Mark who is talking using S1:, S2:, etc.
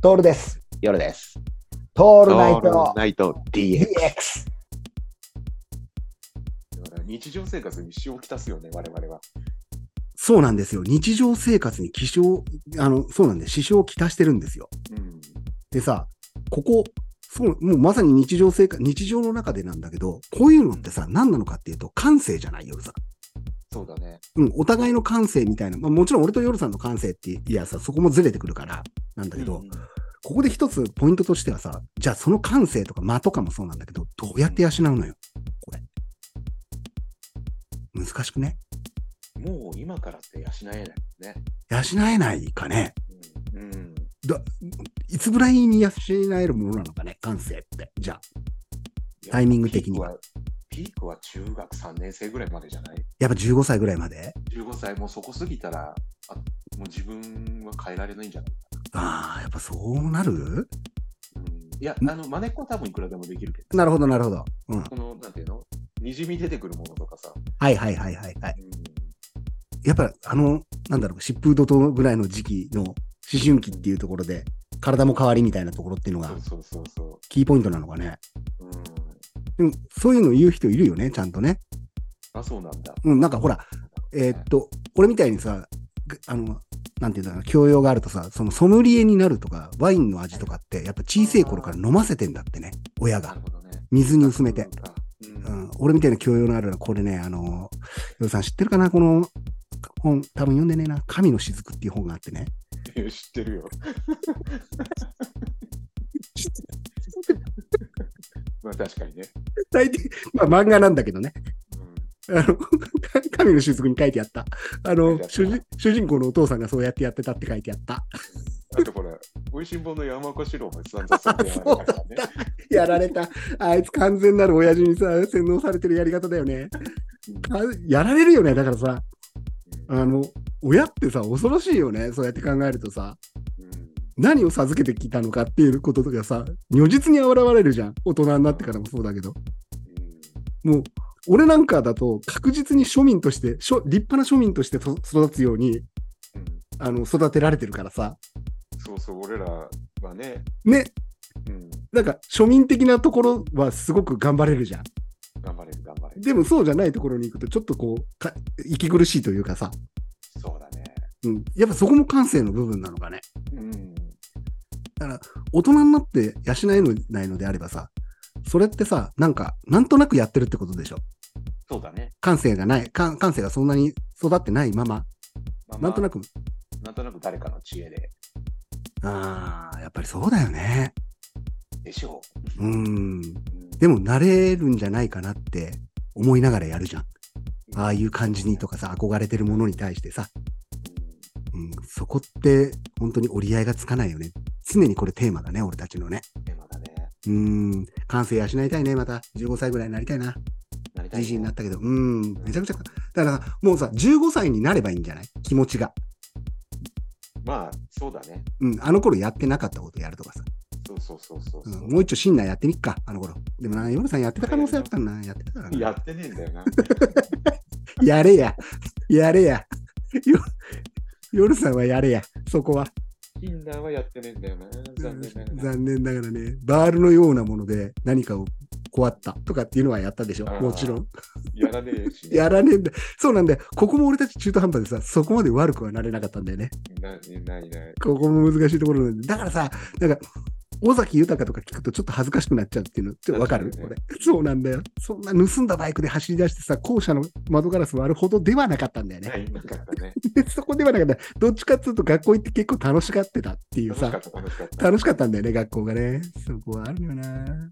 S1: トールです。
S2: 夜です。
S1: ト
S2: オ
S1: ールナイト
S2: ナイト
S1: DX。
S2: DX。だから日常生活に支障をきたすよね、我々は。
S3: そうなんですよ。日常生活に気象、あの、そうなんで、支障をきたしてるんですよ。
S2: うん。
S3: でさ、ここ、そう、もうまさに日常生活、日常の中でなんだけど、こういうのってさ、何なのかっていうと、感性じゃない、夜さん。
S2: そうだね。
S3: うん、お互いの感性みたいな、まあもちろん俺と夜さんの感性って、いやさ、そこもずれてくるから、なんだけど、
S2: うん
S3: ここで一つポイントとしてはさ、じゃあその感性とか間とかもそうなんだけど、どうやって養うのよ、これ。難しくね
S2: もう今からって養えないもんね。
S3: 養えないかね
S2: うん。うん
S3: だいつぐらいに養えるものなのかね感性って。じゃあ、タイミング的には。
S2: ピークはピークは中学3年生ぐらいまでじゃない
S3: やっぱ15歳ぐらいまで
S2: ?15 歳もうそこ過ぎたら、あもう自分は変えられないんじゃない
S3: ああ、やっぱそうなる
S2: うんいや、
S3: ん
S2: あの、真似っこは多分いくらでもできるけど、
S3: なるほど、なるほど。うん。
S2: この、なんていうのにじみ出てくるものとかさ、
S3: はいはいはいはい、はい。
S2: う
S3: やっぱあの、なんだろう、疾風怒涛ぐらいの時期の思春期っていうところで、体も変わりみたいなところっていうのが
S2: ん、そうそうそうそ
S3: キーポイントなのかね。
S2: う。うん、
S3: でもそういうの言う人いるよね、ちゃんとね。
S2: あ、そうなんだ。
S3: うん、なんかほら、えーっと、俺みたいにさ、ぐあの、なんていうんだろうな、教養があるとさ、そのソムリエになるとか、ワインの味とかって、やっぱ小さい頃から飲ませてんだってね、親
S2: な
S3: が
S2: る。ほどね。
S3: 水に薄めて。
S2: うん
S3: うん、俺みたいな教養のあるのはこれね、あの、ヨウさん知ってるかなこの本、多分読んでねえな、神の雫っていう本があってね。
S2: 知ってるよ。まあ確かにね。
S3: 大体、まあ漫画なんだけどね。あの、神の雫に書いてあった。あの、主人主人公のお父さんがそうやってやってたって書いてあった。
S2: うん、あとこれ、おいしんぼの山岡四郎も散々それやられた
S3: やら
S2: からね。
S3: れた。あいつ完全なる親父にさ、洗脳されてるやり方だよね。あやられるよね。だからさ、あの、親ってさ、恐ろしいよね。そうやって考えるとさ、
S2: うん
S3: 何を授けてきたのかっていうこととかさ、如実に現れるじゃん。大人になってからもそうだけど。
S2: うん
S3: もう、俺なんかだと確実に庶民として、しょ立派な庶民としてと育つように、
S2: うん
S3: あの、育てられてるからさ。
S2: そうそう、俺らはね、
S3: ね、
S2: うん、
S3: なんか庶民的なところはすごく頑張れるじゃん。
S2: 頑張れる、頑張れる。
S3: でもそうじゃないところに行くと、ちょっとこう、か息苦しいというかさ、
S2: そうだね。
S3: うん、やっぱそこも感性の部分なのかね。
S2: うん、
S3: 大人になって養えないのであればさ、それってさ、なんか、なんとなくやってるってことでしょ。
S2: そうだね。
S3: 感性がない、感感性がそんなに育ってないまま、
S2: まあま
S3: な
S2: あ
S3: んとなく、
S2: なんとなく誰かの知恵で。
S3: ああ、やっぱりそうだよね。
S2: でしょ
S3: うーん。
S2: う。うん
S3: でも、慣れるんじゃないかなって思いながらやるじゃん。ああいう感じにと
S2: か。
S3: かさ、憧れてるものに対してさ、うん、そこって本当に折り合いがつかないよね。常にこれテーマだね、俺たちのね。
S2: うんテーマだね。
S3: うーん、感性養いたいね、また。15歳ぐらいになりたいな。
S2: なりたい
S3: じじ
S2: ね
S3: いになったけど。うーん、めちゃくちゃ。だからさ、もうさ、15歳になればいいんじゃない気持ちが。
S2: まあ、そうだね。
S3: うん、あの頃やってなかったことやるとかさ。
S2: そうそうそうそう
S3: う
S2: そ
S3: ん
S2: う、
S3: もう一丁シンナーやってみっか、あの頃。でもな、ヨルさんやってた可能性あったんな。やってたからな
S2: やってねえんだよな。
S3: やれや。やれや。よヨルさんはやれや。そこは。
S2: インナーはやってねえんだよな。残念ながら。
S3: 残念ながらね、バールのようなもので何かを壊ったとかっていうのはやったでしょ、
S2: あー
S3: もちろん。
S2: やらねえし、
S3: やらねえんだ。そうなんだよ。ここも俺たち中途半端でさ、そこまで悪くはなれなかったんだよね。
S2: なな いない。
S3: ここも難しいところなんで。だからさ、なんか、尾崎豊とか聞くとちょっと恥ずかしくなっちゃうっていうの、ちょっとわかる
S2: 確かに
S3: 俺。そうなんだよ。そんな盗んだバイクで走り出してさ、校舎の窓ガラス割るほどではなかったんだよね。
S2: ないなかったね。
S3: で そこではなかった。どっちかっていうと学校行って結構楽しがってたっていう
S2: 楽し
S3: さ
S2: かっ。た、楽しかった。
S3: 楽しかったんだよね、学校がね。そこはあるよな。